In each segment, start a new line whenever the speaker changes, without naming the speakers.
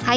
Hi,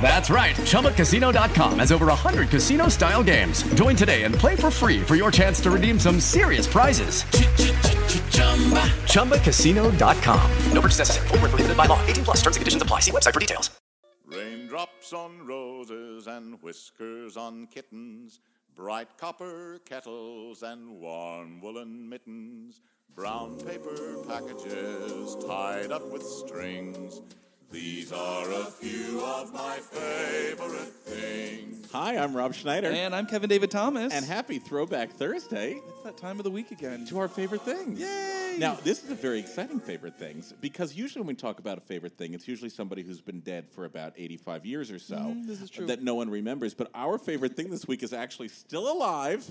That's right. ChumbaCasino.com has over 100 casino style games. Join today and play for free for your chance to redeem some serious prizes. ChumbaCasino.com. No purchase necessary. Forward, prohibited by law. 18 plus terms and conditions apply. See website for details.
Raindrops on roses and whiskers on kittens, bright copper kettles and warm woolen mittens, brown paper packages tied up with strings. These are a few of my favorite things.
Hi, I'm Rob Schneider.
And I'm Kevin David Thomas.
And happy Throwback Thursday
It's that time of the week again.
to our favorite things.
Yay!
Now, this is a very exciting favorite things because usually when we talk about a favorite thing, it's usually somebody who's been dead for about 85 years or so
Mm, this is true.
that no one remembers. But our favorite thing this week is actually still alive,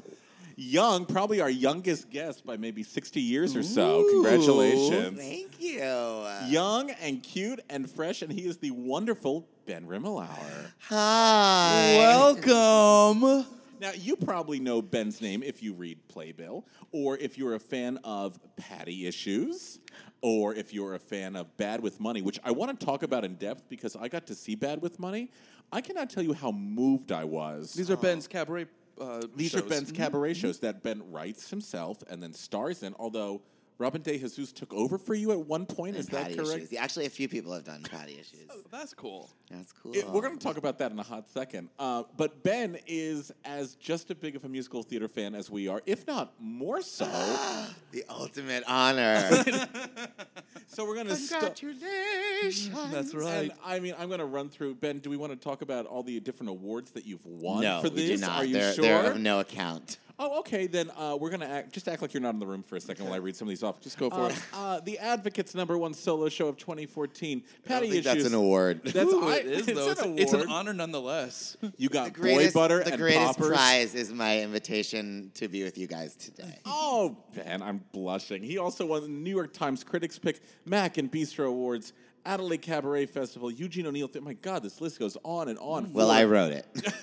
young, probably our youngest guest by maybe 60 years or so. Congratulations.
Thank you.
Young and cute and fresh, and he is the wonderful Ben Rimmelauer.
Hi.
Welcome.
Now, you probably know Ben's name if you read Playbill, or if you're a fan of Patty Issues, or if you're a fan of Bad with Money, which I want to talk about in depth because I got to see Bad with Money. I cannot tell you how moved I was.
These are Ben's cabaret. Uh,
These are
shows.
Ben's cabaret shows that Ben writes himself and then stars in, although Robin De Jesus took over for you at one point. Is that
Patty
correct?
issues. Actually, a few people have done potty issues.
That's cool.
That's cool.
It- we're going to talk about that in a hot second. Uh, but Ben is as just as big of a musical theater fan as we are, if not more so.
the ultimate honor.
so we're going to start.
Congratulations.
That's
And
right.
I mean, I'm going to run through. Ben, do we want to talk about all the different awards that you've won
No,
for
we
this?
do not.
Are you
they're,
sure?
they're of no account.
Oh, okay. Then uh, we're gonna act, just act like you're not in the room for a second while I read some of these off. Just
go for it.
Uh, the Advocate's number one solo show of 2014. Patty
think
issues.
that's an award.
That's
Ooh,
I-
it is,
it's
though.
An award.
it's an honor nonetheless.
You got
The greatest,
boy butter
the
and
greatest
poppers.
prize is my invitation to be with you guys today.
Oh, man, I'm blushing. He also won the New York Times Critics Pick, Mac and Bistro Awards, Adelaide Cabaret Festival, Eugene O'Neill. Th- my God, this list goes on and on.
Well, I
Fuller.
wrote it.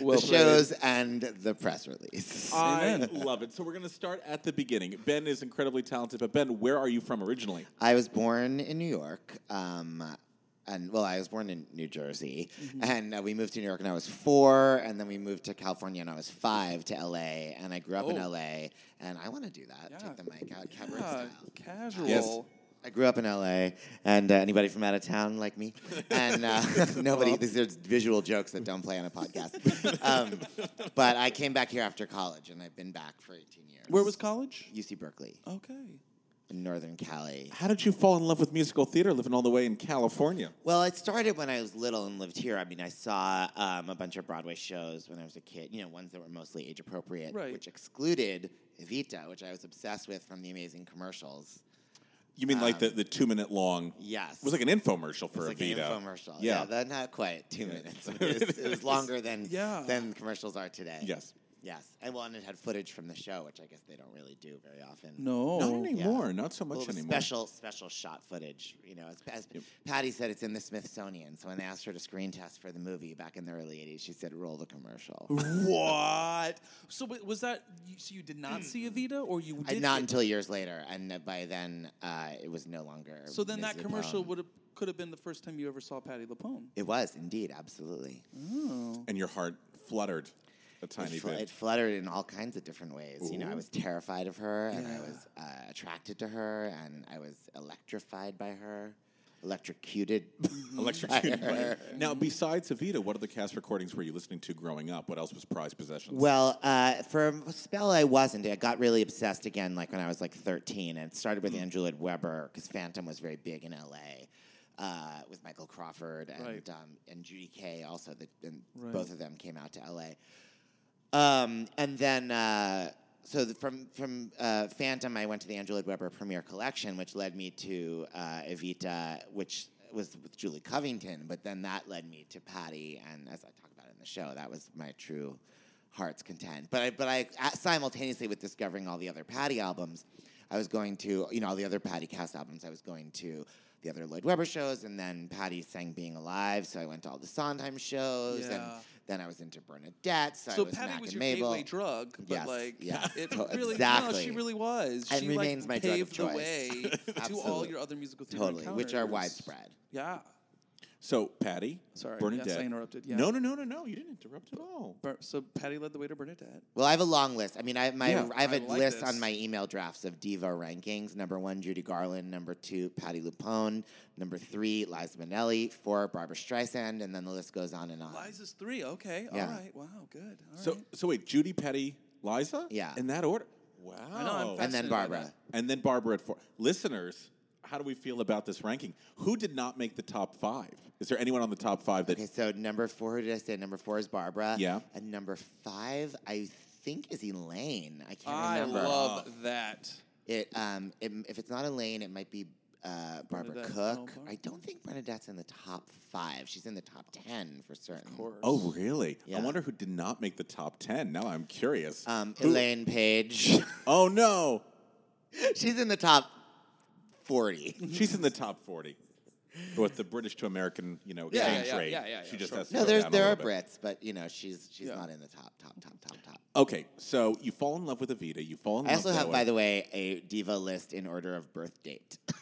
the shows and the press release.
I love it. So we're going to start at the beginning. Ben is incredibly talented, but Ben, where are you from originally?
I was born in New York. Um, and well, I was born in New Jersey,
Mm-hmm.
and uh, we moved to New York when I was four, and then we moved to California when I was five to LA, and I grew up in
Oh.
LA, and I want to do that. Take the mic out, cabaret
Yeah,
style.
casual.
I grew up in LA, and uh, anybody from out of town like me, and uh, nobody. These are visual jokes that don't play on a podcast. um, but I came back here after college, and I've been back for 18 years.
Where was college?
UC Berkeley
Okay.
in Northern Cali?
How did you fall in love with musical theater living all the way in California?
Well, it started when I was little and lived here. I mean, I saw um, a bunch of Broadway shows when I was a kid, you know, ones that were mostly age appropriate,
Right.
which excluded Evita, which I was obsessed with from the amazing commercials. Um,
You mean like the, the two minute long?
Yes.
It was like an infomercial for
It's like
a Vita.
an infomercial.
Yeah.
Yeah, that, not quite two minutes. It was, it was longer than
Yeah.
than commercials are today.
Yes.
Yes. And well, and it had footage from the show, which I guess they don't really do very often.
No.
Not anymore.
Yeah.
Not so much
Well, it was
anymore.
Special, special shot footage. You know, as, as Patty said, it's in the Smithsonian. So when they asked her to screen test for the movie back in the early '80s, she said, "Roll the commercial."
What? So wa- was that? you- So you did not see Evita, or you
And
did?
Mm. not until years later, and uh, by then uh, it was no longer.
so then
Ms.
that commercial
Lupone.
would have could have been the first time you ever saw Patty Lapone.
It was indeed, absolutely.
Oh.
and your heart fluttered a
It,
tiny
fl-
bit.
it fluttered in all kinds of different ways. You know, I was terrified of her, and I was uh, attracted to her, and I was electrified by her.
electrocuted.
Electrocuted.
by
by-
her.
Now, besides Evita, what other cast recordings were you listening to growing up? What else was prized possessions?
Well, uh, for a spell I wasn't. I got really obsessed again, like when I was like 13, and it started with Andrew Lloyd Webber because Phantom was very big in LA uh, with Michael Crawford and
Right.
um, and Judy Kay also. That and
Right.
both of them came out to LA. Um, and then uh, so the, from from uh, Phantom, I went to the Andrew Lloyd Webber Premiere Collection, which led me to uh, Evita, which was with Julie Covington. But then that led me to Patty, and as I talk about in the show, that was my true heart's content. But I, but I uh, simultaneously with discovering all the other Patty albums, I was going to you know all the other Patty cast albums. I was going to the other Lloyd Webber shows, and then Patty sang "Being Alive," so I went to all the Sondheim shows,
Yeah.
and then I was into Bernadette. So, I was
Patty
Mac
was
and
your
Mabel.
gateway drug, but
Yes,
like
yes,
it
to-
really no,
exactly.
she really was.
And
she
remains my
like,
drug of
paved
choice.
the way to all
Absolutely.
your other musical theater
totally, which are
encounters.
widespread.
Yeah.
so, Patty,
Sorry,
Bernadette.
yes, I interrupted, yeah.
No, no, no, no, no. You didn't interrupt at all.
Ber- so Patty led the way to Bernadette.
Well, I have a long list. I mean, I my
Yeah,
I have a
I like
list
this.
on my email drafts of diva rankings. Number one, Judy Garland. Number two, Patty Lupone. Number three, Liza Minnelli. Four, Barbara Streisand, and then the list goes on and on.
Liza's three. Okay. All
Yeah.
right. Wow. Good. All right.
So, so wait, Judy, Patty, Liza?
Yeah.
In that order? Wow.
and
I'm
then
fascinated by
Barbara.
that.
And then Barbara at four. Listeners, how do we feel about this ranking? Who did not make the top five? Is there anyone on the top five that
Okay, so number four, who did I say? Number four is Barbara.
Yeah.
And number five, I think is Elaine. I can't
Ah,
I
remember.
love that.
It um, it, if it's not Elaine, it might be uh, Barbara
Bernadette. Oh,
Cook.
Barbara.
I don't think Bernadette's in the top five. She's in the top ten for certain.
Oh, really? I
Yeah.
wonder who did not make the top 10. Now I'm curious.
Um,
Who-
Elaine Page.
Oh, no.
She's in the top forty.
She's in the top 40. With the British to American, you know,
Yeah,
exchange
yeah, yeah,
rate.
yeah, yeah,
She
yeah,
just
sure.
has to
No,
go
there's
down a
there are
little bit.
Brits, but you know she's she's
Yeah.
not in the top top top top top.
Okay, so you fall in love with Evita. You fall in
I
love
also
that
have,
way.
by the way, a diva list in order of birth date.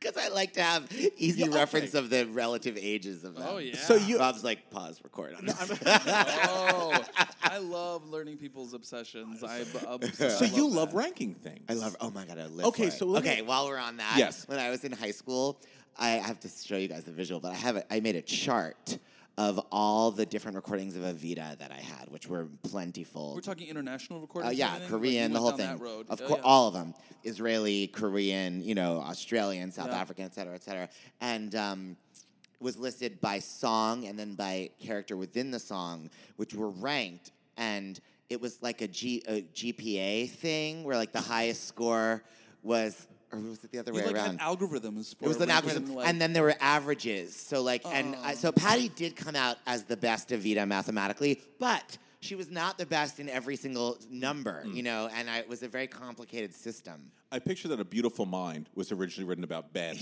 Because I like to have easy
Yeah, okay.
reference of the relative ages of them.
Oh, yeah.
So you-
Bob's like pause record on this.
oh, I love learning people's obsessions. I b- obs-
So
I
you love
that.
ranking things.
I love. Oh my god, I live.
Okay,
for it.
so let me-
okay, while we're on that,
Yes.
When I was in high school, I have to show you guys the visual, but I have a, I made a chart of all the different recordings of Evita that I had, which were plentiful.
We're talking international recording.
Oh,
Uh, yeah, Korean, the whole thing.
That road.
Of
Oh,
course,
yeah.
all of them. Israeli, Korean, you know, Australian, South
Yeah.
African, et cetera, et cetera. And um, was listed by song and then by character within the song, which were ranked. And it was like a, G- a GPA thing where like the highest score was, or was it the other
You
way
like
around?
had algorithms. For
It was an
ranking,
algorithm,
like- Oh.
and then there were averages. So like, and I, so Patty did come out as the best of Vita mathematically, but she was not the best in every single number,
Mm.
you know. And I, it was a very complicated system.
I picture that A Beautiful Mind was originally written about Ben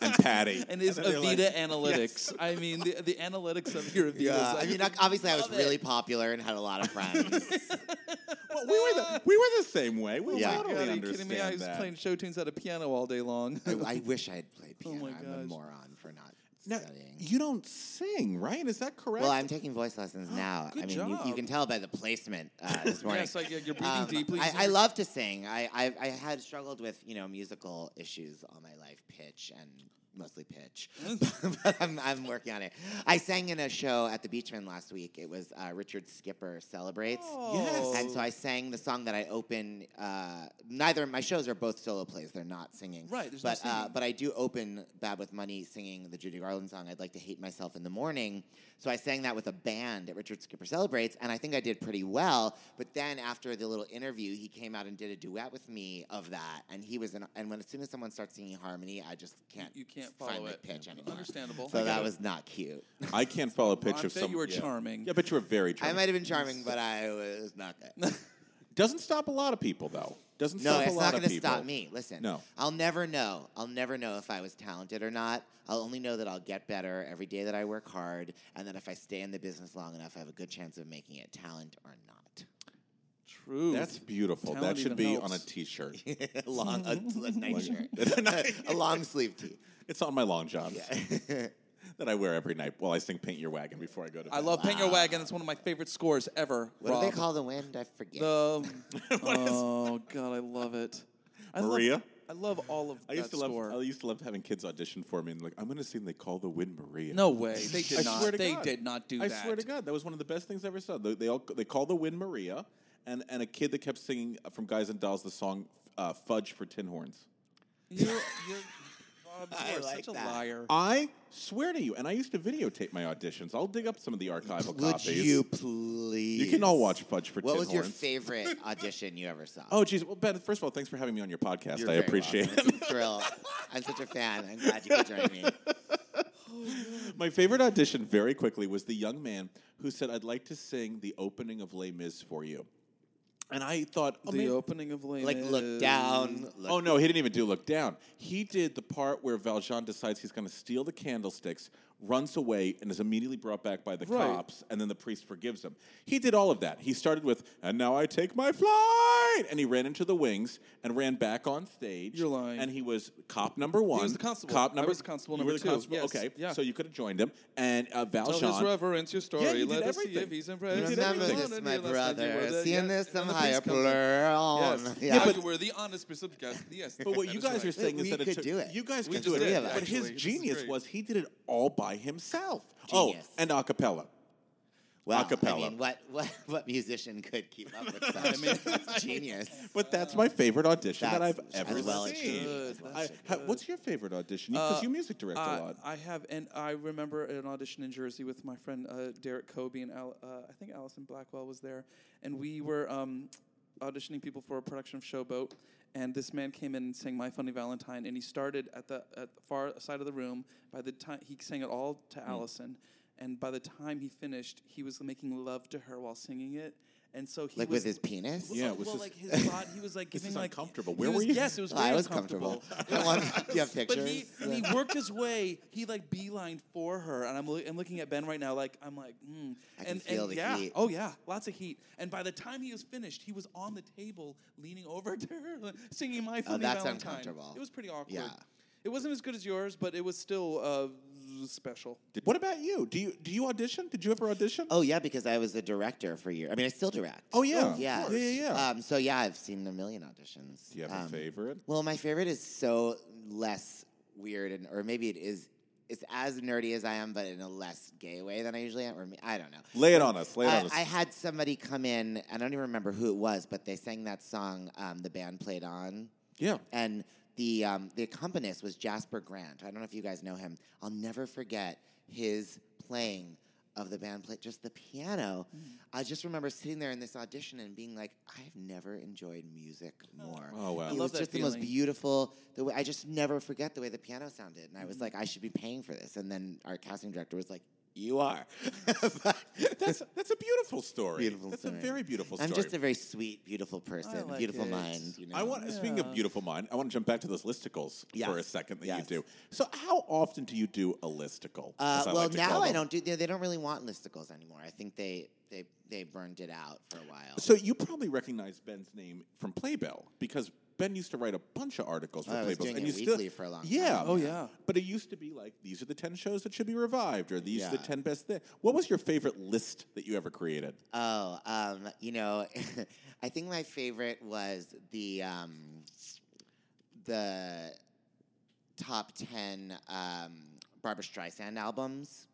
and Patty.
and is
then they're
Avita
like-
analytics. I mean, the, the analytics of your Avita.
I mean, like, obviously, I was
Love it.
really popular and had a lot of friends.
Well, we, were the, we were the same way. We
Yeah.
totally
God, are you
understand
kidding me? I was
that.
playing show tunes at a piano all day long.
I, I wish I had played piano.
Oh my
I'm a
gosh.
moron for not
Now,
studying.
you don't sing, right? Is that correct?
well, I'm taking voice lessons now.
Good
I mean, You, you
job.
can tell by the placement uh, this morning.
Yes, like, you're breathing
Um,
deeply.
I, I love to sing. I, I I had struggled with you know musical issues all my life, pitch and mostly pitch. but I'm, I'm working on it. I sang in a show at the Beachman last week. It was uh, Richard Skipper celebrates.
Yes.
And so I sang the song that I open. Uh, neither my shows are both solo plays. They're not singing.
Right, there's no
but uh,
singing.
but I do open Bad with Money singing the Judy Garland song, I'd Like to Hate Myself in the Morning. So I sang that with a band at Richard Skipper Celebrates, and I think I did pretty well. But then after the little interview, he came out and did a duet with me of that. And he was, in, and when as soon as someone starts singing harmony, I just can't,
You can't
find
follow
my
it.
pitch anymore.
Understandable. I
So
get
that
it.
was not cute.
I can't follow a pitch
I
of
bet
some.
you were
yeah.
charming.
Yeah, but you were very
I
charming.
might have been charming, but I was not good.
Doesn't stop a lot of people though. Doesn't
No,
stop a
it's
lot
not
of
going to
people.
stop me. Listen,
No.
I'll never know. I'll never know if I was talented or not. I'll only know that I'll get better every day that I work hard, and that if I stay in the business long enough, I have a good chance of making it, talent or not.
True.
That's beautiful.
Talent
that should
even
be
helps.
on a T-shirt.
long a, a night shirt, a long sleeve tee.
it's on my long johns that I wear every night while I sing "Paint Your Wagon" before I go to.
I
bed.
love Paint Your Wagon. It's one of my favorite scores ever.
What do
Rob. um,
they call the wind? I forget.
The, oh, God, I love it. I love-
Maria.
I love all of
I
that
used to love.
score.
I used to love having kids audition for me and like I'm going to sing "They Call the Wind Maria."
No way. They did
I
not-
Swear to
they
God.
did not do
I
that.
swear to God, that was one of the best things I ever saw. They, they all they call the wind Maria, and and a kid that kept singing from Guys and Dolls the song uh, "Fudge for Tin Horns."
You're, you're, Bob,
I
you are
like
such a
that.
liar.
I swear to you, and I used to videotape my auditions. I'll dig up some of the archival
Would
copies.
you please?
You can all watch Fudge for
What
Tin
was your
Horns.
favorite audition you ever saw?
Oh, geez. Well, Ben, first of all, thanks for having me on your podcast.
You're
I
very
appreciate
welcome.
it.
It's a thrill. I'm such a fan. I'm glad you could join me.
My favorite audition, very quickly, was the young man who said, I'd like to sing the opening of Les Mis for you. And I thought, oh,
the
man-
opening of Lane.
Like, look down. Look
oh no, he didn't even do Look Down. He did the part where Valjean decides he's going to steal the candlesticks, runs away, and is immediately brought back by the
Right.
cops, and then the priest forgives him. He did all of that. He started with, and now I take my flight. And he ran into the wings and ran back on stage.
You're lying.
And he was cop number one.
the constable.
Cop
I
number,
was constable
you
number
were the
two.
constable?
Yes.
Okay.
Yeah.
So you could have joined him. And uh, Valjean.
Tell his reverence your story.
Yeah, he
Let
did
us see if
everything.
he's
He
impressed.
did
Remember
everything.
this,
This my
you last night, you
brother.
were the-
Seeing
yeah,
this, some
and the
higher
priest comes in.
plural.
Yes.
Yeah.
Yeah,
but-
but you were the honest podcast. Yes.
But what
that
you
is
guys
right.
are saying
We
is that
could
it took,
do it.
You guys
We
could
just
do it.
did
that,
but his
actually. This is
genius
great.
was he did it all by himself.
Genius.
Oh, and a cappella.
well,
acapella.
I mean, what, what, what musician could keep up with such? I mean, it's genius.
But that's my favorite audition that I've
That's-
ever
as well it
seen.
should. As
I- ha- what's your favorite audition? Because you music direct
Uh,
a lot.
I have, and I remember an audition in Jersey with my friend uh, Derek Kobe and Al, uh, I think Allison Blackwell was there, and we were um, auditioning people for a production of Showboat. And this man came in and sang "My Funny Valentine," and he started at the at the far side of the room. By the time he sang it all to Allison, and by the time he finished, he was making love to her while singing it. And so he
Like
was
with his penis?
Well,
Yeah,
uh,
it was
well,
just-
like his body, he was like
This
giving
is
like
uncomfortable.
he
Where were
was-
you?
Yes, it was. Very
I was comfortable. I want, do you have
but
pictures?
he, and he worked his way. He like beelined for her, and I'm, loo- I'm looking at Ben right now. Like I'm like, mm.
I can
and,
feel
and
the
yeah,
heat.
oh yeah, lots of heat. And by the time he was finished, he was on the table, leaning over to her, singing "My Funny
Oh, that's
Valentine."
uncomfortable.
It was pretty awkward.
Yeah.
it wasn't as good as yours, but it was still uh, special.
what about you? Do you do you audition? Did you ever audition?
Oh yeah, because I was a director for a year. I mean, I still direct.
Oh, yeah, of
yeah,
course. Yeah, yeah, yeah.
Um, so yeah, I've seen a million auditions.
Do you have
Um,
a favorite?
Well, my favorite is so less weird, and or maybe it is. It's as nerdy as I am, but in a less gay way than I usually am. Or me- I don't know.
Lay it on us. Lay it
I,
on us.
I had somebody come in. I don't even remember who it was, but they sang that song. Um, the band played on.
yeah.
And the um, the accompanist was Jasper Grant. I don't know if you guys know him. I'll never forget his playing of the band play just the piano. I just remember sitting there in this audition and being like, I've never enjoyed music more.
Oh, wow. I
It
love
was
that
just the most
feeling.
beautiful the way I just never forget the way the piano sounded. And I was like, I should be paying for this. And then our casting director was like, You are. But-
That's that's a beautiful story.
Beautiful
that's
story.
a very beautiful story.
I'm just a very sweet, beautiful person,
like
beautiful
it.
mind. You know?
I want. Speaking of beautiful mind, I want to jump back to those listicles for a
Yes.
second that
Yes.
you do. So, how often do you do a listicle?
Uh,
as I
well,
like to
now
call
I
them?
don't do. They, they don't really want listicles anymore. I think they they they burned it out for a while.
So you probably recognize Ben's name from Playbill because Ben used to write a bunch of articles for
Oh, I was
Playbill,
doing
and
it
you still-
weekly for a long time,
Yeah,
Oh, yeah.
But it used to be like these are the ten shows that should be revived, or these are the
Yeah.
ten best things. What was your favorite list that you ever created?
oh, um, you know, I think my favorite was the um, the top ten um, Barbara Streisand albums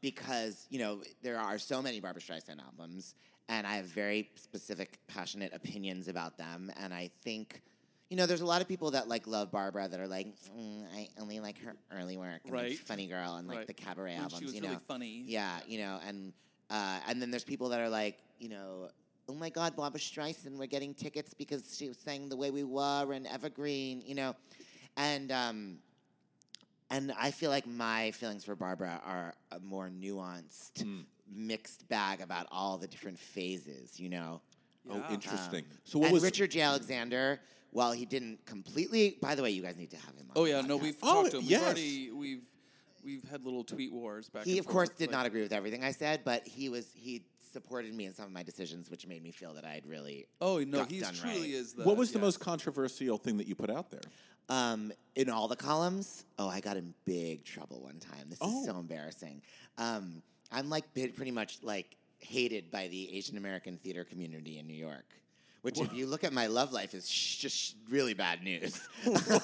because you know there are so many Barbara Streisand albums, and I have very specific, passionate opinions about them, and I think. You know, there's a lot of people that like love Barbara that are like, mm, I only like her early work, and like,
Right.
Funny Girl, and like
Right.
the Cabaret
When she
albums.
was
you
really
know?
funny.
Yeah, you know, and uh, and then there's people that are like, you know, oh my God, Barbara Streisand, we're getting tickets because she sang the way we were and Evergreen, you know, and um, and I feel like my feelings for Barbara are a more nuanced, mixed bag about all the different phases, you know.
Oh, interesting.
Um,
so what
and
was
Richard J. Alexander? While he didn't completely, by the way, you guys need to have him. on
Oh
the
yeah, no,
podcast.
we've
Oh,
talked to him.
yes.
We've already we've we've had little tweet wars back.
He
and
of course
forth,
did
like-
not agree with everything I said, but he was he supported me in some of my decisions, which made me feel that I had really.
Oh no,
got
he
done
truly
right.
is the.
what was the
yeah.
most controversial thing that you put out there?
Um, in all the columns, oh, I got in big trouble one time. This
Oh.
is so embarrassing. Um, I'm like bit- pretty much like hated by the Asian American theater community in New York.
which, if you look at my love life, is sh- just sh- really bad news.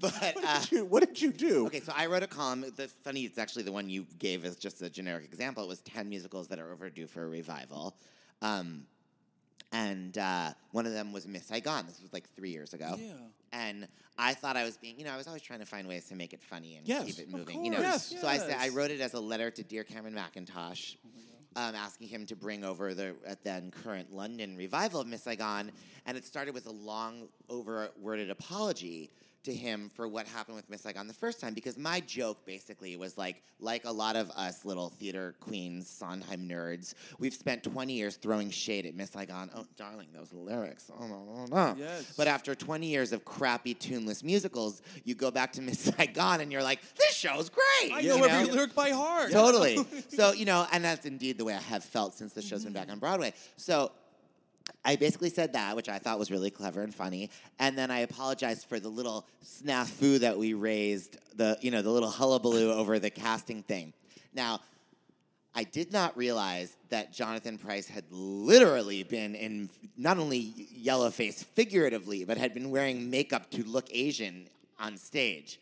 but
uh, what did you do?
Okay, so I wrote a column. The funny, it's actually the one you gave as just a generic example. It was ten musicals that are overdue for a revival, um, and uh, one of them was Miss Saigon. This was like three years ago.
Yeah.
And I thought I was being, you know, I was always trying to find ways to make it funny and
Yes,
keep it
of
moving, you know.
course.
So I said I
Yes. Oh
wrote it as a letter to dear Cameron McIntosh, um, asking him to bring over the at then current London revival of Miss Saigon, and it started with a long, overworded apology to him for what happened with Miss Saigon the first time, because my joke basically was like, like a lot of us little theater queens, Sondheim nerds, we've spent 20 years throwing shade at Miss Saigon. Oh, darling, those lyrics. Oh, no, no, no.
Yes.
But after 20 years of crappy, tuneless musicals, you go back to Miss Saigon and you're like, this show's great.
I
you
know every lyric by heart.
Totally. so, you know, and that's indeed the way I have felt since the show's been back on Broadway. So I basically said that, which I thought was really clever and funny. And then I apologized for the little snafu that we raised, the, you know, the little hullabaloo over the casting thing. Now, I did not realize that Jonathan Price had literally been in not only yellow face figuratively, but had been wearing makeup to look Asian on stage.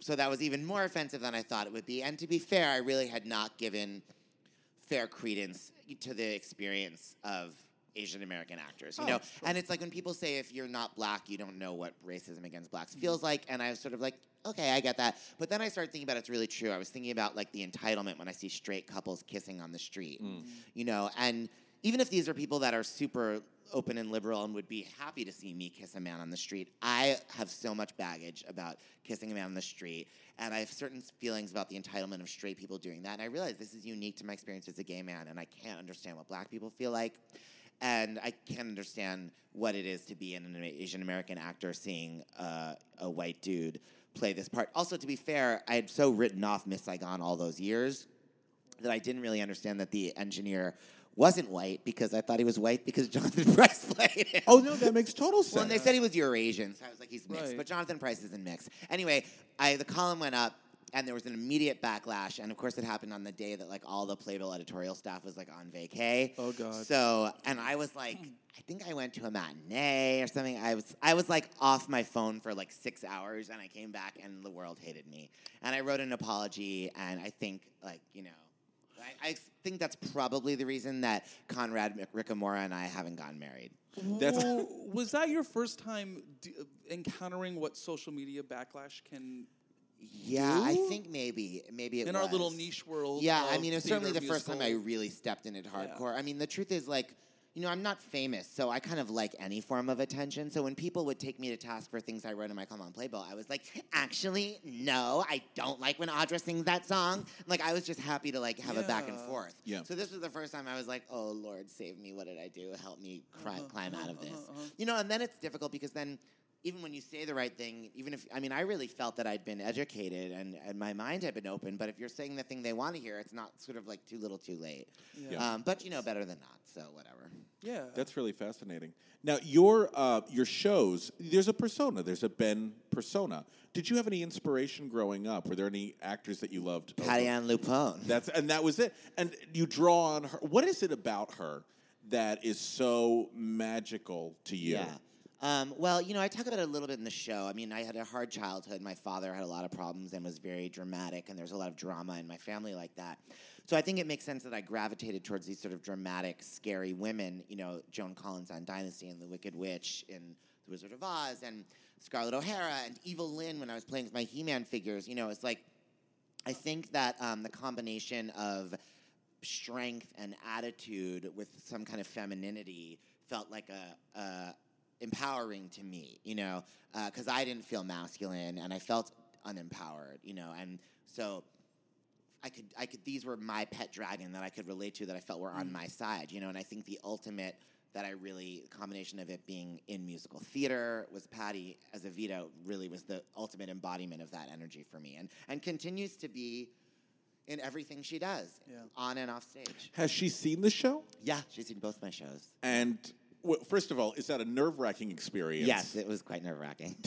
So that was even more offensive than I thought it would be. And to be fair, I really had not given fair credence to the experience of Asian American actors, you know? And it's like when people say if you're not black, you don't know what racism against blacks feels like. And I was sort of like, okay, I get that. But then I started thinking about it's really true. I was thinking about like the entitlement when I see straight couples kissing on the street, you know? And even if these are people that are super open and liberal and would be happy to see me kiss a man on the street, I have so much baggage about kissing a man on the street. And I have certain feelings about the entitlement of straight people doing that. And I realize this is unique to my experience as a gay man, and I can't understand what black people feel like. And I can't understand what it is to be an Asian American actor seeing uh, a white dude play this part. Also, to be fair, I had so written off Miss Saigon all those years that I didn't really understand that the engineer wasn't white because I thought he was white because Jonathan Price played him.
Oh no, that makes total sense.
Well, and they said he was Eurasian, so I was like, he's mixed.
Right.
But Jonathan Price isn't mixed. Anyway, I the column went up, and there was an immediate backlash. And of course, it happened on the day that like all the Playbill editorial staff was like on vacay.
Oh, God.
So, and I was like, I think I went to a matinee or something. I was I was like off my phone for like six hours, and I came back, and the world hated me. And I wrote an apology, and I think like you know. I, I think that's probably the reason that Conrad Mc- Ricamora and I haven't gotten married.
That's-
Well, was that your first time d- uh, encountering what social media backlash can?
Yeah, I
do?
think maybe maybe it
In our little
was.
niche world
Yeah, I
of
mean, it was certainly the
theater
first time I
musical.
really stepped in it hardcore. I mean, the truth is like. You know, I'm not famous, so I kind of like any form of attention. So when people would take me to task for things I wrote in my column on Playbill, I was like, actually, no, I don't like when Audra sings that song. Like, I was just happy to like have a back and
Yeah.
forth.
Yeah.
So this was the first time I was like, oh Lord, save me! What did I do? Help me cry,
Uh-huh.
climb out of this. You know, and then it's difficult because then even when you say the right thing, even if I mean, I really felt that I'd been educated and, and my mind had been open. But if you're saying the thing they want to hear, it's not sort of like too little, too late. Um, but you know better than not, so whatever.
Yeah.
That's really fascinating. Now, your uh, your shows, there's a persona. There's a Ben persona. Did you have any inspiration growing up? Were there any actors that you loved?
Patty Ann Lupone.
That's and that was it. And you draw on her. What is it about her that is so magical to you?
Yeah. Um, well, you know, I talk about it a little bit in the show. I mean, I had a hard childhood. My father had a lot of problems and was very dramatic, and there was a lot of drama in my family like that. So I think it makes sense that I gravitated towards these sort of dramatic, scary women. You know, Joan Collins on Dynasty and The Wicked Witch in The Wizard of Oz and Scarlett O'Hara and Evil Lynn when I was playing with my He-Man figures. You know, it's like I think that um, the combination of strength and attitude with some kind of femininity felt like a, a empowering to me, you know, because I didn't feel masculine and I felt unempowered, you know, and so I could, I could. These were my pet dragon that I could relate to that I felt were
Mm.
on my side, you know. And I think the ultimate that I really combination of it being in musical theater was Patty as a Vito really was the ultimate embodiment of that energy for me, and and continues to be in everything she does, on and off stage.
Has she seen the show?
Yeah, she's in both my shows.
And well, first of all, is that a nerve wracking experience?
Yes, it was quite nerve wracking.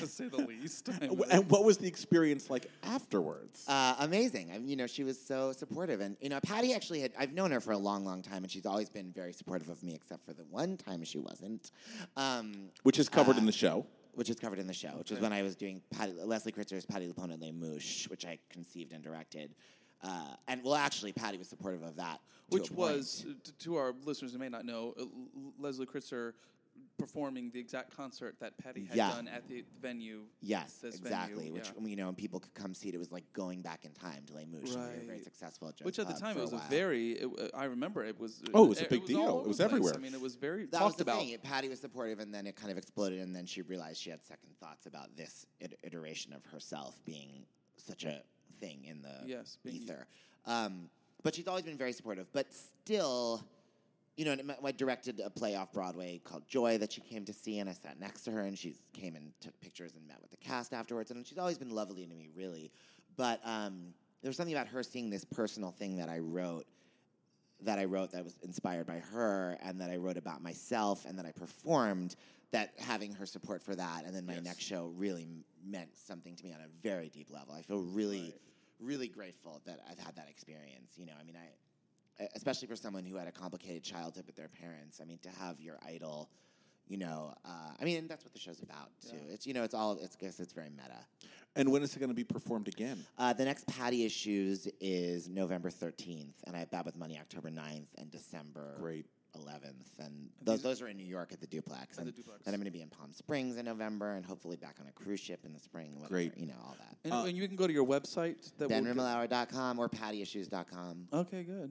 to say the least. I
W-
mean,
And what was the experience like afterwards?
Uh, amazing. I mean, you know, she was so supportive, and you know, Patty actually had. I've known her for a long, long time, and she's always been very supportive of me, except for the one time she wasn't, um,
Which is covered in the show.
which is covered in the show, which was when I was doing Patty, Leslie Kritzer's Patty Lapone Les Mouches, which I conceived and directed. Uh, and well, actually, Patty was supportive of that, to a
which
point.
was uh, t- to our listeners who may not know, uh, L- L- Leslie Kritzer performing the exact concert that Patty had
Yeah.
done at the venue.
Yes,
this venue,
exactly. which
yeah.
you know, and people could come see it. It was like going back in time to Les Mouches. and we were very
Right.
successful. At Joe's
Which at the
Club
time
for
it was a
while.
very. It, uh, I remember it was.
Oh, it was a
uh,
big deal.
all
It
over
was
the place.
everywhere.
I mean, it was very
That was
talked
the
about.
thing. Patty was supportive, and then it kind of exploded, and then she realized she had second thoughts about this it- iteration of herself being such a thing in the
Yes, being-
ether. Um, but she's always been very supportive. But still, you know, and I- I directed a play off Broadway called Joy that she came to see, and I sat next to her, and she came and took pictures and met with the cast afterwards. And she's always been lovely to me, really. But um, there was something about her seeing this personal thing that I wrote that I wrote that was inspired by her and that I wrote about myself and that I performed that having her support for that and then my next show really m- meant something to me on a very deep level. I feel really really grateful that I've had that experience, you know. I mean, I especially for someone who had a complicated childhood with their parents. I mean, to have your idol you know, uh, I mean, and that's what the show's about too. It's you know, it's all it's guess it's very meta.
And when is it going to be performed again?
Uh, the next Patty Issues is November 13th, and I have Bad with Money October 9th and December
Great.
11th. And those, those are in New York at the Duplex. and Then I'm going to be in Palm Springs in November and hopefully back on a cruise ship in the spring. Whatever,
Great.
You know, all that.
And, and you can go to your website. That will get-
DenRimmelauer.com or PattyIssues.com.
Okay, good.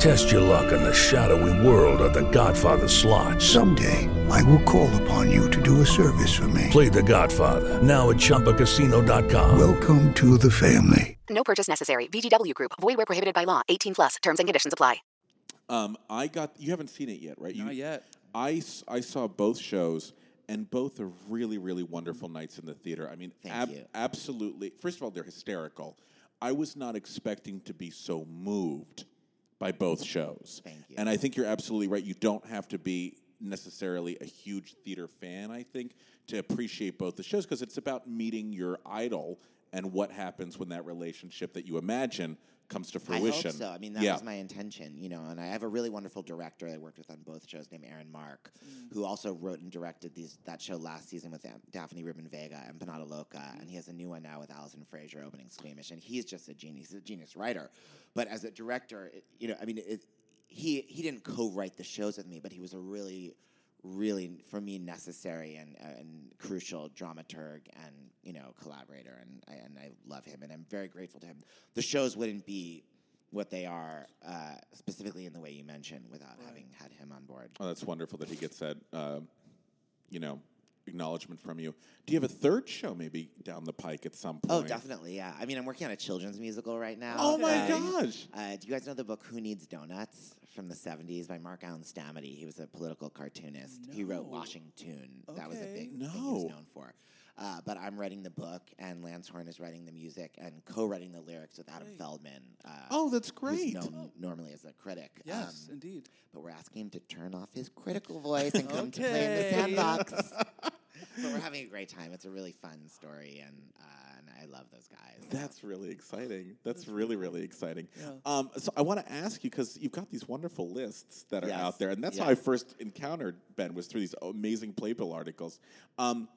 Test your luck in the shadowy world of The Godfather slot. Someday, I will call upon you to do a service for me. Play The Godfather now at ChumbaCasino.com. Welcome to the family.
No purchase necessary. VGW Group. Void where prohibited by law. 18 plus. Terms and conditions apply.
Um, I got you haven't seen it yet, right? You,
Not yet.
I, s- I saw both shows, and both are really really wonderful nights in the theater. I mean,
Thank you.
absolutely. First of all, they're hysterical. I was not expecting to be so moved by both shows. Thank you. And I think you're absolutely right. You don't have to be necessarily a huge theater fan. I think to appreciate both the shows because it's about meeting your idol and what happens when that relationship that you imagine comes to fruition.
I hope so. I mean, that
Yeah.
was my intention, you know. And I have a really wonderful director I worked with on both shows named Aaron Mark, who also wrote and directed these that show last season with Am- Daphne Rubin Vega and Panada Loca, and he has a new one now with Alison Fraser opening Squeamish, and he's just a genius. He's a genius writer, but as a director, it, you know, I mean, it, he he didn't co-write the shows with me, but he was a really really for me necessary and, and crucial dramaturg and you know collaborator and I, and I love him and I'm very grateful to him. The shows wouldn't be what they are uh, specifically in the way you mentioned without having had him on board.
Oh, that's wonderful that he gets that, uh, you know, acknowledgement from you. Do you have a third show maybe down the pike at some point?
Oh, definitely, yeah. I mean, I'm working on a children's musical right now.
Oh my
gosh! Uh, do you guys know the book Who Needs Donuts from the '70s by Mark Allen Stamity? He was a political cartoonist. He wrote Washington. That was a
Okay.
big thing he was
No.
known for. Uh, but I'm writing the book, and Lance Horn is writing the music and co-writing the lyrics with Adam Feldman. Uh,
Oh, that's
Who's
great.
known normally as a critic.
Yes,
Um,
indeed.
but we're asking him to turn off his critical voice and come to play in the sandbox. but we're having a great time. It's a really fun story, and uh, and I love those guys. Mm-hmm.
That's really exciting. That's really, really exciting. Um, so I want to ask you because you've got these wonderful lists that are
Yes.
out there, and that's how
Yeah.
I first encountered Ben was through these amazing Playbill articles. Um,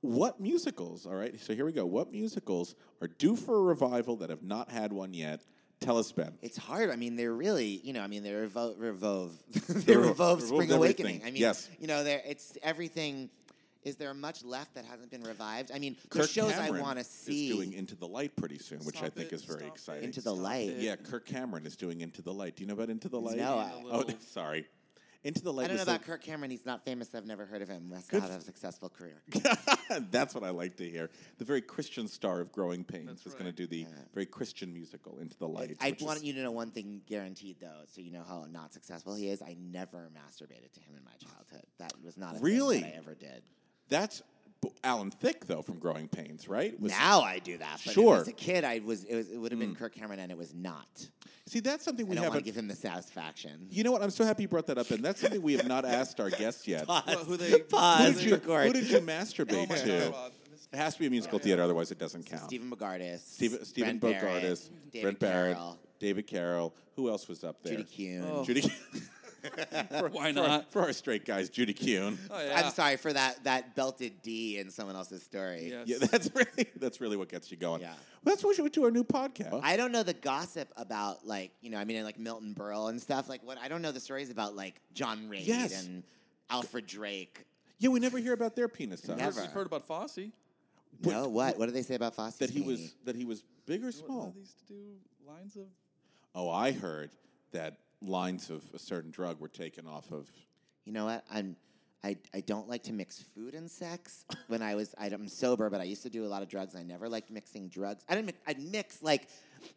what musicals? All right, so here we go. What musicals are due for a revival that have not had one yet?
Tell us, Ben.
It's hard. I mean, they're really, you know, I mean, they're Revo- Revove. they
Revo-
Revove
Revove's
Spring
everything.
Awakening. I mean,
Yes.
you know, there it's everything. Is there much left that hasn't been revived? I mean, the
Kirk
shows
Cameron
I want to
is
see.
doing Into the Light pretty soon, which I think is very exciting.
Into the Stop Light? it.
Yeah, Kirk Cameron is doing Into the Light. Do you know about Into the Light?
No, I-
oh, sorry. Into the Light.
I don't know
was
about
the-
Kirk Cameron. He's not famous. I've never heard of him. That's
Good
not
f-
a successful career.
That's what I like to hear. The very Christian star of Growing Pains is going to do the very Christian musical Into the Light.
I
which
want
is-
you to know one thing guaranteed, though, so you know how not successful he is. I never masturbated to him in my childhood. That was not a
Really?
thing that I ever did.
That's b- Alan Thicke, though, from Growing Pains, right? Was-
now I do that. But
Sure. Hmm.
As a kid, I was it, was, it would have been Kirk Cameron, and it was not.
See, that's something we
I don't want
haven't-
to give him the satisfaction.
You know what? I'm so happy you brought that up, and that's something we have not asked our guests yet.
Pause.
Who-
Who they- Pause.
Who did you,
Record.
who did you masturbate
Oh my
to?
God, Rob.
It has to be a musical theater, otherwise it doesn't count.
Stephen Bogardus.
Steve, Stephen
Brent Barrett,
Bogardus,
David
Brent Barrett,
Carroll.
David Carroll. Who else was up there?
Judy Kuhn. Oh.
Judy. for,
Why
for our-
not? Oh,
For, our straight guys, Judy Kuhn.
I'm sorry for that that belted D in someone else's story.
Yeah, that's really that's really what gets you going. Yeah. that's what we should do our new podcast.
I don't know the gossip about like you know I mean like Milton Berle and stuff like what I don't know the stories about like John Reid
Yes.
and Alfred Drake.
Yeah, we never hear about their penis size.
Never.
I've heard about Fosse.
No, what? What did they say about Fosse?
That he was that he was big or small.
These to do lines of
Oh, I heard that lines of a certain drug were taken off of.
You know what? I'm. I, I don't like to mix food and sex. When I was I, am sober, but I used to do a lot of drugs. I never liked mixing drugs. I didn't. mi- I'd mix like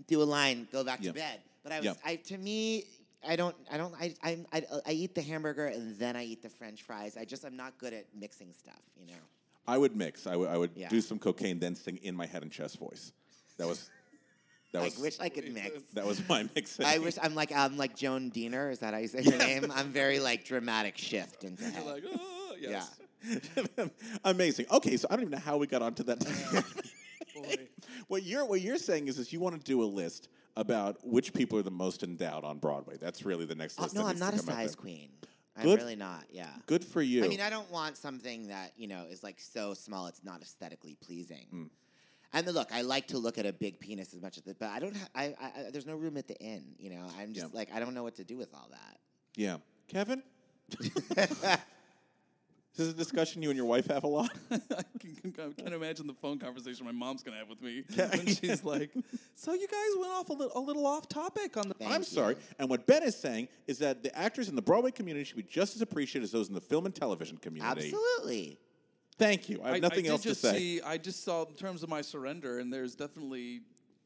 do a line, go back
Yeah.
to bed. But I was.
Yeah.
I to me, I don't. I don't. I, I I I eat the hamburger and then I eat the French fries. I just I'm not good at mixing stuff. You know.
I would mix. I would I would
Yeah.
do some cocaine, then sing in my head and chest voice. That was. That was.
I wish I could mix.
That was my mixing.
I wish I'm like I'm like Joan Diener. Is that how you say her name? I'm very like dramatic shift into head.
like oh
Yeah.
yes.
Amazing. Okay, so I don't even know how we got onto that. what you're what you're saying is, is you want to do a list about which people are the most endowed on Broadway. That's really the next
Oh,
list.
no,
that
I'm
needs to
not a
come out
size
there.
queen. I'm
Good.
really not. Yeah.
Good for you.
I mean, I don't want something that you know is like so small it's not aesthetically pleasing. And then, look, I like to look at a big penis as much as the, but I don't. Ha- I, I, I there's no room at the inn. You know, I'm just
Yeah.
like I don't know what to do with all that.
Yeah. Kevin? this is a discussion you and your wife have a lot.
I can't imagine the phone conversation my mom's gonna have with me when she's like, "So you guys went off a little, a little off topic on the."
I'm sorry. And what Ben is saying is that the actors in the Broadway community should be just as appreciated as those in the film and television community.
Absolutely.
Thank you. I have nothing
did
else to
just
say.
See, I just saw in terms of my surrender, and there's definitely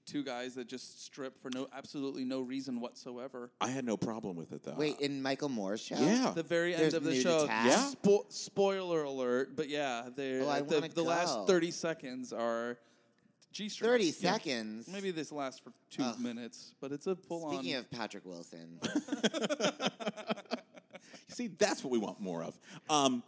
two guys that just strip for no absolutely no reason whatsoever.
I had no problem with it though.
Wait, in Michael Moore's show,
Yeah.
The very
There's
end of the
nude
show.
attack? Yeah.
Spo- spoiler alert, but yeah, they're
Oh, I
the,
wanna
the last
go.
30 seconds are G strings.
30 seconds?
Maybe this lasts for two
Ugh.
minutes, but it's a full on.
Speaking of Patrick Wilson,
See, that's what we want more of. Um,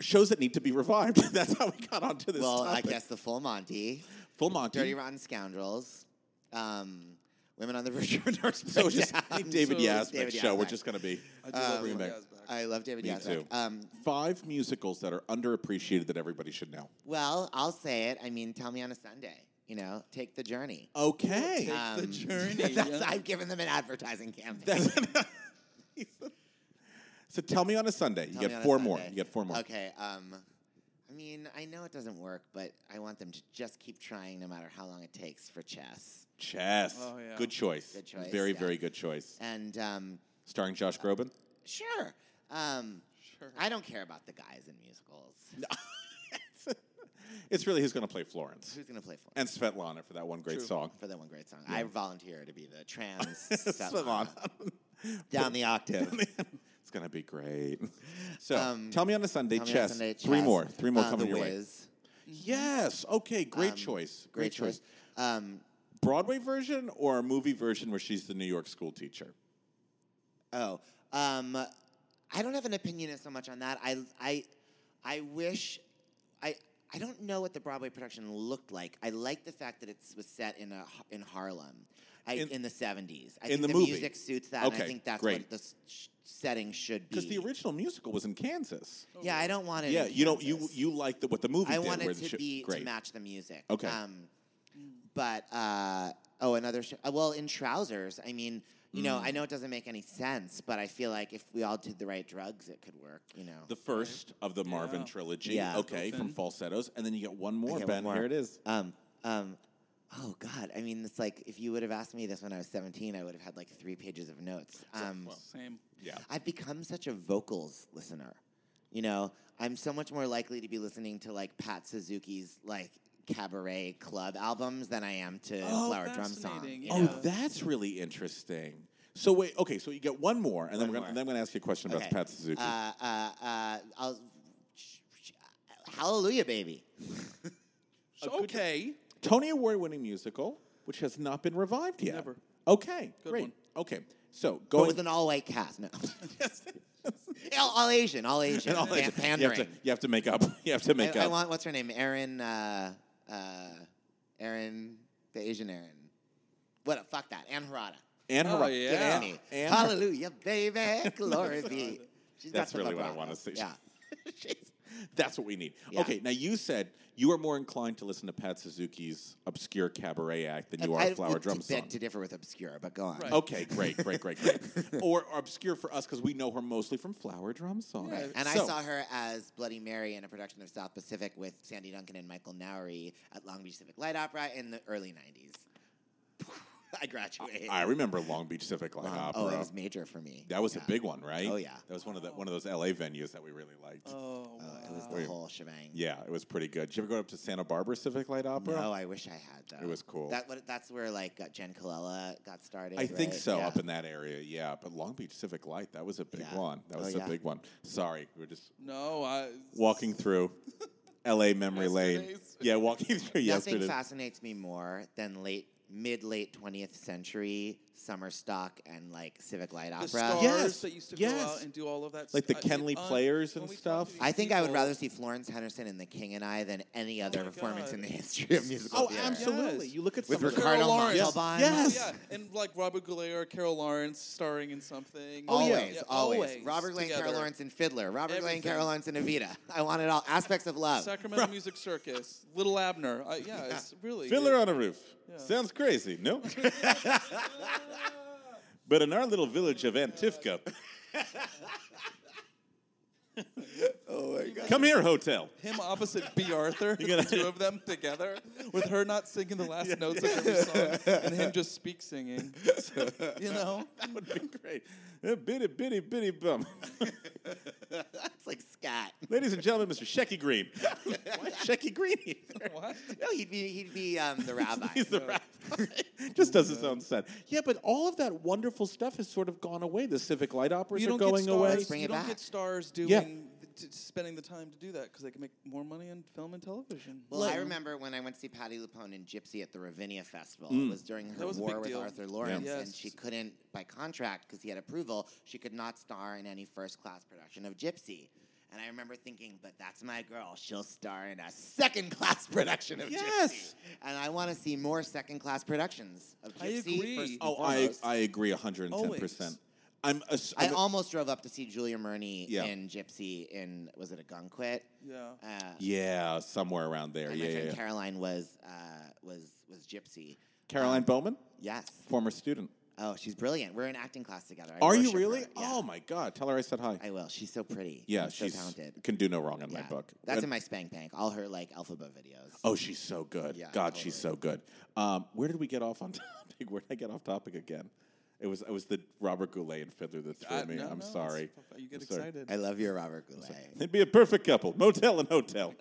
shows that need to be revived. that's how we got onto this.
well,
topic.
I guess the Full Monty,
Full Monty.
Dirty Rotten Scoundrels, um, Women on the Verge of an
So it's just a David Yazbek
David
show. We're
Yazbek.
just going to be.
I do love
bringing
David I love David
Me
Yazbek. Um,
too. Five musicals that are underappreciated that everybody should know.
Well, I'll say it. I mean, tell me on a Sunday. You know, take the journey.
Okay.
Um, that's- I've given them an advertising campaign.
So tell me on a Sunday. You
Tell Me on
get
a
four more.
Sunday.
You get four more.
okay. Um, I mean, I know it doesn't work, but I want them to just keep trying, no matter how long it takes for chess.
Chess.
Oh, yeah.
Good choice.
Good choice,
Very,
yeah.
very good choice.
And um,
Starring Josh Groban.
sure, um, I don't care about the guys in musicals.
It's really who's going to play Florence.
Who's gonna play Florence?
And Svetlana for that one great
True.
song.
For that one great song.
Yeah.
I volunteer to be the trans
Svetlana.
Svetlana. down the octave.
It's going to be great. So
Um,
tell me on a Sunday,
Tell Me on
chess.
Sunday,
Three
Chess.
more. Three more
Uh,
coming
The
your
Wiz. Um,
way. Yes. Okay. Great choice.
great choice. Um,
Broadway version or a movie version where she's the New York school teacher?
Oh, um, I don't have an opinion so much on that. I, I, I wish, I, I don't know what the Broadway production looked like. I like the fact that it was set in a in Harlem, I, in,
In-
the seventies. I
in
think
the
the
movie.
music suits that. and
Okay,
I think that's
great.
what the s- sh- setting should
Because
be.
the original musical was in Kansas.
yeah, I don't want it.
yeah,
in
you don't. You
Kansas.
you like the, what the movie
I
did.
want
where
it
the
to
shit-
be
great.
to match the music.
Okay.
Um, but uh, Oh, another show. uh, Well, in trousers. I mean, you know,
Mm.
I know it doesn't make any sense, but I feel like if we all did the right drugs, it could work. You know.
The first of the Marvin
Yeah.
trilogy.
Yeah.
Okay, from
Dolphin.
falsettos. And then you get one more,
Okay, one
Ben.
more.
Here it is.
Um, um, oh God. I mean, it's like if you would have asked me this when I was 17, I would have had like three pages of notes. Um,
Same.
Yeah.
I've become such a vocals listener. You know, I'm so much more likely to be listening to like Pat Suzuki's like cabaret club albums than I am to
Oh,
Flower Drum Song.
fascinating, Oh, that's really interesting. So wait, okay, so you get one more, and then we're gonna, and then I'm going to ask you a question about
Okay.
Pat Suzuki.
Uh, uh, uh, I'll, Hallelujah, baby.
okay.
Tony Award-winning musical, which has not been revived yet.
Never.
Okay,
Good
great.
one.
Okay, so
Go
going
with an all-white cast. No. all, all Asian. All Asian.
And all
pan-
that- you,
pandering.
have to, you have to make up. You have to make
I,
up.
I want what's her name? Erin. Uh, uh, Erin, the Asian Erin. What? Fuck that. Anne Harada.
Anne
Oh,
Harada.
yeah.
Get Anne-
Annie.
Anne-
Hallelujah, baby, glory
That's
be. She's got
That's
some
really what I
vibrato.
want to see.
Yeah.
That's what we need.
Yeah.
Okay, now you said you are more inclined to listen to Pat Suzuki's obscure cabaret act than you are
I
Flower
would
Drum
beg
Song.
to differ with obscure, but go on.
Okay, great, great, great, great. or obscure for us because we know her mostly from Flower Drum Song.
Right. And
So-
I saw her as Bloody Mary in a production of South Pacific with Sandy Duncan and Michael Nowery at Long Beach Civic Light Opera in the early 90s. I graduated.
I remember Long Beach Civic Light
Long-
Opera.
Oh, it was major for me.
That was a big one, right?
Oh, yeah.
That was one of the one of those LA venues that we really liked.
Oh,
it was the
Wait.
whole shebang.
Yeah, it was pretty good. Did you ever go up to Santa Barbara Civic Light Opera?
No, I wish I had though.
It was cool.
That what, that's where like uh, Jen Colella got started.
I think
right?
so,
Yeah.
up in that area, yeah. But Long Beach Civic Light, that was a big
Yeah.
one. That
Oh,
was a
yeah.
big one. Sorry, we we're just
No, I.
walking through LA memory lane.
Yesterday's.
Yeah, walking through
Nothing
yesterday.
fascinates me more than late mid late twentieth century summer stock and like civic light opera.
The stars
Yes,
that used to go
yes.
out and do all of that.
Like the
stu- I-
Kenley
un-
players
uh, when
and
we talk
stuff.
to these
I think I would
people- Oh
rather see Florence Henderson in The King and I than any other performance in the history of musical
Oh,
theater.
absolutely. You look at
With
some of the-
Ricardo
Carol Lawrence.
Montalban.
Yes.
Oh, yeah, and like Robert Goulet or Carol Lawrence starring in something.
Oh,
Always,
Yeah, yeah,
always, Robert Lane,
together.
Carol Lawrence, and Fiddler. Robert Lane,
Everything.
Carol Lawrence, and Evita. I wanted all aspects of love.
Sacramento Music Circus, Little Abner. I, yeah, it's really.
Fiddler
it-
on a roof. Sounds crazy, no? but in our little village of Antifka,
oh my God.
come here, hotel.
Him opposite B. Arthur,
You gotta-
the two of them together, with her not singing the last notes of every song, and him just speak singing. you know,
that would be great. A bitty, bitty, bitty bum.
That's like scat.
Ladies and gentlemen, Mr. Shecky Green. Shecky Green.
What?
No, he'd be he'd be um, the rabbi.
He's the rabbi. Just does his own set. Yeah, but all of that wonderful stuff has sort of gone away. The civic light operas
you
are
don't
going
get stars,
away.
you don't get stars doing
Yeah.
t- spending the time to do that because they can make more money in film and television.
Well, I remember when I went to see Patty LuPone in Gypsy at the Ravinia Festival.
Mm.
It was during
That
her
was a
war
big
with
deal.
Arthur
Yeah.
Lawrence,
Yes.
and she couldn't, by contract, because he had approval, she could not star in any first class production of Gypsy. And I remember thinking, but that's my girl. She'll star in a second class production of
Yes.
Gypsy. And I want to see more second class productions of Gypsy.
I agree.
first and
Oh, I,
foremost.
I agree 110%. I'm, ass-
I
I'm-
almost drove up to see Julia Murney
Yeah.
in Gypsy in, was it Agunquit?
Yeah.
Uh,
yeah, somewhere around there.
and
Yeah,
my
yeah,
friend
yeah.
Caroline was, uh, was, was Gypsy. Um,
Caroline Bowman,
Yes.
former student.
Oh, she's brilliant. We're in acting class together. I
Are you
worship
really?
her.
Oh my God! Tell her I said hi.
I will. She's so pretty.
Yeah,
so
she's
talented.
Can do no wrong in my
Yeah.
book.
That's
And-
in my spank bank. All her like alphabet videos.
Oh, she's so good.
Yeah,
God, she's so good. Um, where did we get off on topic? Where did I get off topic again? It was it was the Robert Goulet and Fiddler that threw
Uh,
me.
no,
I'm
no, it's
sorry.
f- you get
I'm sorry.
excited.
I love your Robert Goulet.
They'd be a perfect couple, motel and hotel.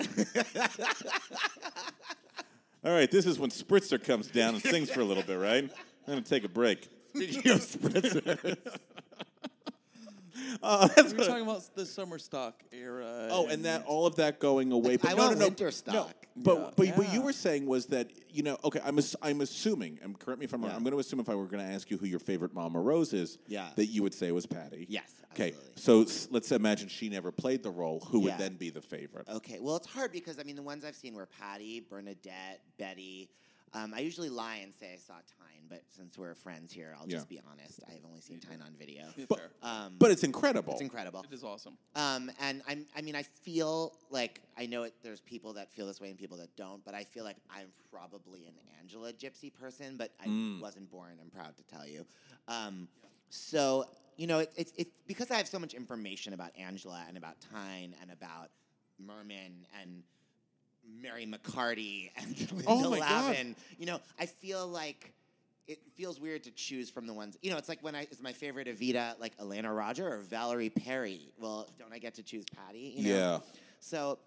All right, this is when Spritzer comes down and sings for a little bit, right? I'm gonna take a break.
Speaking of Spritzer.
Uh, that's
we were
what-
talking about the summer stock era.
Oh, and that all of that going away. But
I
no,
want
no, no,
winter
no,
stock.
but but what you were saying was that you know okay I'm ass- I'm assuming and correct me if I'm wrong. I'm going to assume if I were going to ask you who your favorite Mama Rose is,
Yeah.
that you would say it was Patty.
Yes,
Okay. So s- let's imagine she never played the role. Who
Yeah.
would then be the favorite?
Okay. Well, it's hard because I mean the ones I've seen were Patty, Bernadette, Betty. Um, I usually lie and say I saw Tyne, but since we're friends here, I'll just
Yeah.
be honest. I have only seen Tyne on video. Um,
But- but it's incredible.
It's incredible.
It is awesome.
Um, and I'm, I mean, I feel like I know it, there's people that feel this way and people that don't, but I feel like I'm probably an Angela Gypsy person, but I
Mm.
wasn't born. I'm proud to tell you. Um, so you know, it, it's it's because I have so much information about Angela and about Tyne and about Merman and Mary McCarty and Linda
Oh my God.
Lavin. You know, I feel like it feels weird to choose from the ones. You know, it's like when I it's my favorite Evita, like Elena Roger or Valerie Perry. Well, don't I get to choose Patty? You know?
Yeah.
So.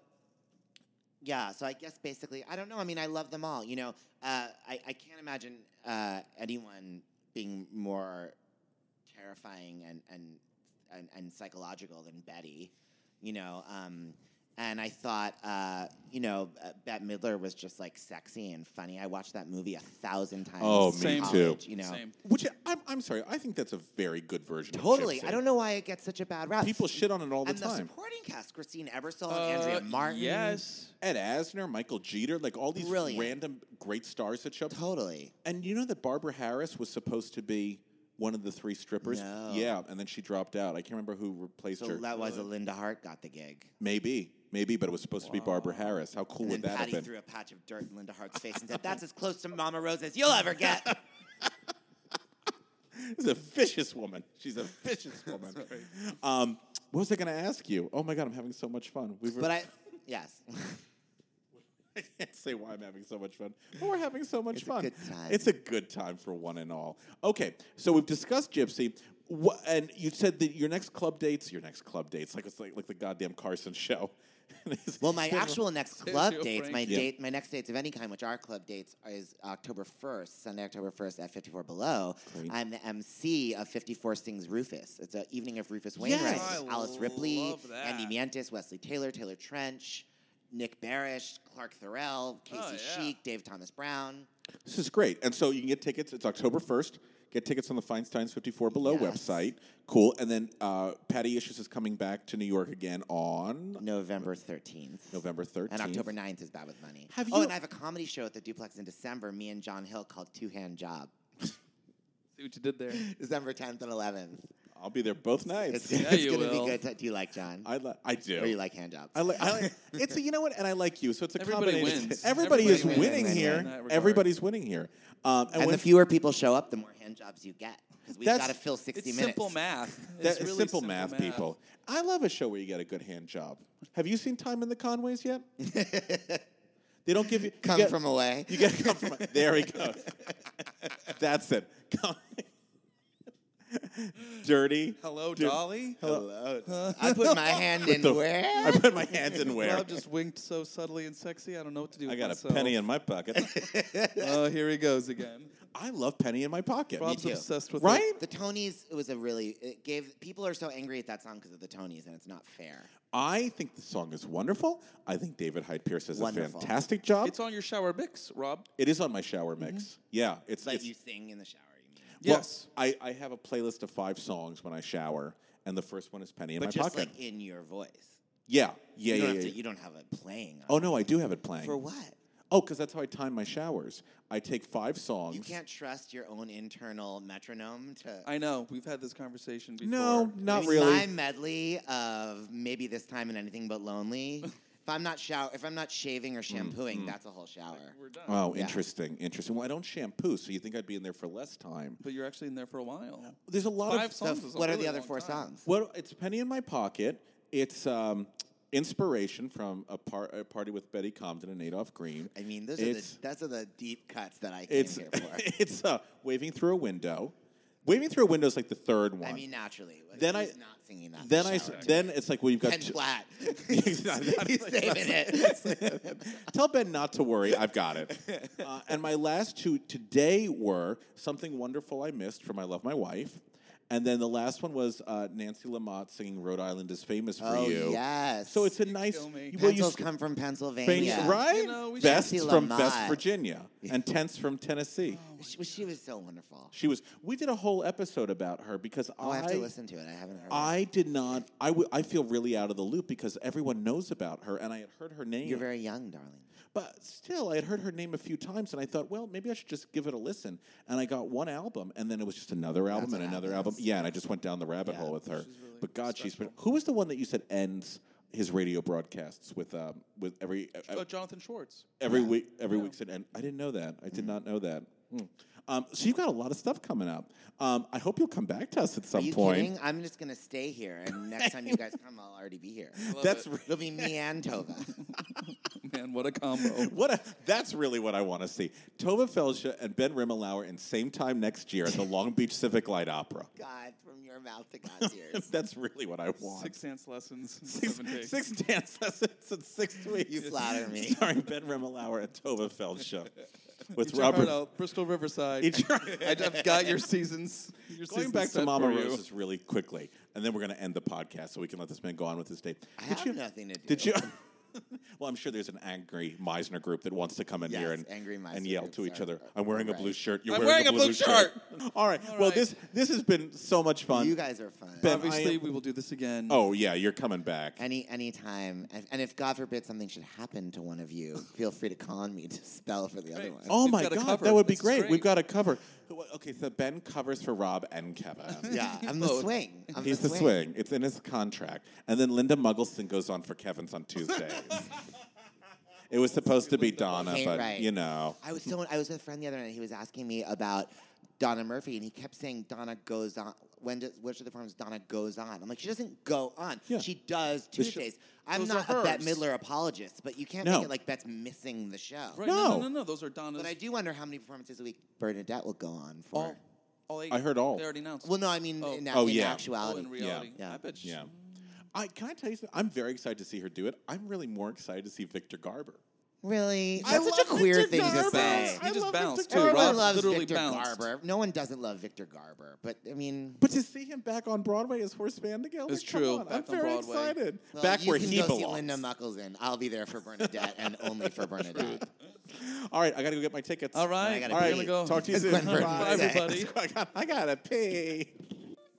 Yeah, so I guess basically, I don't know. I mean, I love them all. You know, uh, I, I can't imagine uh, anyone being more terrifying and and, and and psychological than Betty, you know. Um, and I thought, uh, you know, uh, Bette Midler was just like sexy and funny. I watched that movie a thousand times.
Oh,
in
me
college,
too.
You know,
Which I- I'm, I'm sorry. I think that's a very good version.
totally.
Of Gypsy.
I don't know why it gets such a bad rap.
People shit on it all the
and the
time.
supporting cast: Christine Ebersole and
Uh,
Andrea Martin.
Ed Asner, Michael Jeter, like all these
Brilliant.
random great stars that show up.
Totally.
And you know that Barbara Harris was supposed to be one of the three strippers.
No.
Yeah, and then she dropped out. I can't remember who replaced
So
her.
that was a Linda Hart got the gig.
Maybe, maybe, but it was supposed to be Barbara Harris. How cool
And
would
then
that
Patty
have been?
threw a patch of dirt in Linda Hart's face and said, "That's as close to Mama Rose as you'll ever get."
She's a vicious woman. She's a vicious woman. um, what was I going to ask you? Oh my god, I'm having so much fun. We've
But I, yes,
I can't say why I'm having so much fun. But we're having so much
It's a
fun.
good time.
It's a good time for one and all. Okay, so we've discussed Gypsy, Wha- and you said that your next club dates, your next club dates, like it's like, like the goddamn Carson show.
Well, my actual next club
Sergio
dates, my
Frank. Yeah.
date, my next dates of any kind, which are club dates, is October first, Sunday, October first at Fifty Four Below.
Great.
I'm the MC of Fifty Four Sings Rufus. It's an evening of Rufus Wainwright,
Yes.
With Alice Ripley,
love that.
Andy Mientis, Wesley Taylor, Taylor Trench, Nick Barish, Clark
Oh,
Thorell, Casey Sheik, Dave Thomas Brown.
This is great. And so you can get tickets. It's October 1st. Get tickets on the Feinstein's 54 Below website. Cool. And then uh, Patty Issues is coming back to New York again on
November 13th.
November 13th.
And October 9th is Bad with Money.
Have
oh,
you-
and I have a comedy show at the Duplex in December, me and John Hill, called Two Hand Job.
See what you did there.
December 10th and 11th.
I'll be there both nights.
It's, it's going to be good. ti- do you like John?
I, li- I do.
Or you like hand jobs?
I like, I like it's a, you know what, and I like you, so it's a
Everybody
combination.
wins.
Everybody, is
Everybody
winning
wins.
here.
In that regard.
Everybody's winning here. Um,
and
when-
the fewer people show up, the more hand jobs you get. Because we've
That's-
got to fill 60
it's
minutes.
simple
math.
that is simple, math, people. I love a show where you get a good hand job. Have you seen Time in the Conways yet? they don't give you you
Come
get-
from away.
You get come from there. He goes. That's it. Come- Dirty.
Hello,
Dude.
Dolly.
Hello.
I put my hand
With
in
the-
where?
I put my hands in where?
Rob just winked so subtly and sexy. I don't know what to do.
I
with
got
myself.
a penny in my pocket.
Oh, here he goes again.
I love penny in my pocket.
Rob's obsessed with
right.
it.
The Tonys, it was a really, it gave, people are so angry at that song because of the Tonys, and it's not fair.
I think the song is wonderful. I think David Hyde Pierce does
Wonderful.
a fantastic job.
It's on your shower mix, Rob.
It is on my shower mix. Yeah, Uh, it's,
Like
it's-
you sing in the shower.
well,
Yes.
I, I have a playlist of five songs when I shower, and the first one is "Penny in
but
My
just
Pocket."
like in your voice.
yeah, yeah,
you
yeah.
don't
yeah,
have to-
yeah.
you don't have it playing. on
oh no, I do have it playing
For what?
Oh, because that's how I time my showers. I take five songs.
You can't trust your own internal metronome to.
I know. We've had this conversation before.
not
Like,
really.
My medley of maybe this time and anything but lonely. if I'm not shower, if I'm not shaving or shampooing, that's a whole shower. We're done.
Mm, Oh, interesting, interesting. Well, I don't shampoo, so you think I'd be in there for less time?
But you're actually in there for a while.
There's a lot
Five
of
songs is a
what are
really
the other
long
four
time.
songs?
Well, it's Penny in My Pocket. It's um, inspiration from a, par- a party with Betty Comden and Adolph Green.
I mean, those
it's,
are the those are the deep cuts that I came
it's
here for.
it's uh, waving through a window. Waving through a window is like the third one.
I mean, naturally. Like,
then I
he's not singing that. in
then
the
I s-
shower.
then it's like well you've got
Ben
two-
Platt.
He's not-
He's saving it.
Tell Ben not to worry. I've got it. Uh, and my last two today were Something Wonderful I Missed from I Love My Wife
And then the last one was uh, Nancy Lamott singing "Rhode Island is famous for
Oh,
you."
yes.
So it's a nice.
Pencils
sc-
come from
Things-
Pennsylvania,
right? Vests
Nancy
from
Lamott.
West Virginia and Tents from Tennessee.
She, she was so wonderful.
She was. We did a whole episode about her because
Oh, I,
I
have to listen to it. I haven't heard. it.
I did not. I, w- I feel really out of the loop because everyone knows about her, and I had heard her name.
You're very young, darling.
But still, I had heard her name a few times, and I thought, well, maybe I should just give it a listen. And I got one album, and then it was just another album
what
and another album. Yeah, and I just went down the rabbit hole with her. but God, she's been. Who was the one that you said ends his radio broadcasts with? Um, with every
Uh, Jonathan Schwartz.
every week every week's an end. I didn't know that. I did
Mm-hmm.
not know that.
Hmm.
Mm. Um, so you've got a lot of stuff coming up. Um, I hope you'll come back to us at some
Are you
point.
kidding? I'm just gonna stay here, and next time you guys come, I'll already be here.
That's
it. will be me and Tova.
Man, what a combo! what a, that's really what I want to see. Tova Felsha and Ben Rimmelauer in same time next year at the Long Beach Civic Light Opera.
God, from your mouth to God's ears.
that's really what I want.
Six dance lessons. in
Six-
seven days.
six dance lessons in six weeks.
You flatter me.
Starring Ben Rimmelauer and Tova Felsha with
Eat your heart
Robert
out, Bristol Riverside.
Eat your-
I- I've got your seasons. Your
Going
seasons
back to
set
Mama
for you.
Rose's really quickly, and then we're going to end the podcast so we can let this man go on with his day.
I have nothing to do.
Did you? well, I'm sure there's an angry Meisner group that wants to come in here
Yes,
and
angry Meisner
and yell
groups
to each
are-
other. I'm wearing a blue
right.
shirt. You're
I'm
wearing,
wearing a blue
All right. well, this this has been so much fun.
You guys are fun.
Ben, I
Obviously,
am-
we will do this again.
Oh yeah, you're coming back.
Any any time, and, and if God forbid something should happen to one of you, feel free to con me to spell for the other one.
Oh my God, that would be great. We've got a cover. Who- Okay, so Ben covers for Rob and Kevin.
Yeah, I'm the swing. I'm
He's the swing. It's in his contract. And then Linda Muggleson goes on for Kevin's on Tuesdays. it was supposed to be Donna,
Okay,
but
right.
you know.
I was so I was with a friend the other night. He was asking me about Donna Murphy, and he kept saying Donna goes on. When does which of the forms Donna goes on? I'm like, she doesn't go on. She does
The show-
Tuesdays. I'm
Those
not
are
a Bette
hers.
Midler apologist, but you can't
No.
make it like Bette's missing the show.
Right, no, no, no, no, Those are Donna's.
But I do wonder how many performances a week Bernadette will go on for.
all eight.
I heard all.
They already announced.
Well, Oh, no, I mean in,
Oh,
in
yeah.
actuality.
Oh, in reality.
Yeah.
I bet she-
Yeah. I, can I tell you something? I'm very excited to see her do it. I'm really more excited to see Victor Garber.
Really?
I
That's such a
love
queer
Victor
thing
Garber.
to say.
I He just love bounced, Victor too.
Everyone
Rob
loves
literally
Victor
bounced.
Garber. No one doesn't love Victor Garber, but I mean,
But to see him back on Broadway as Horse Vandegale,
It's
like, come
true,
on,
back
I'm
on
very
Broadway.
excited.
well,
back
you
where
can
he
go see
belongs.
Linda Muckelson. I'll be there for Bernadette and only for Bernadette.
All right, I gotta go get my tickets. All
right,
I gotta
all
pee.
right, Talk to you
As
soon.
Glenn Burton
Bye.
would say.
I gotta, I gotta pee.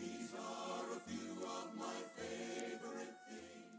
These are a few of my favorite things.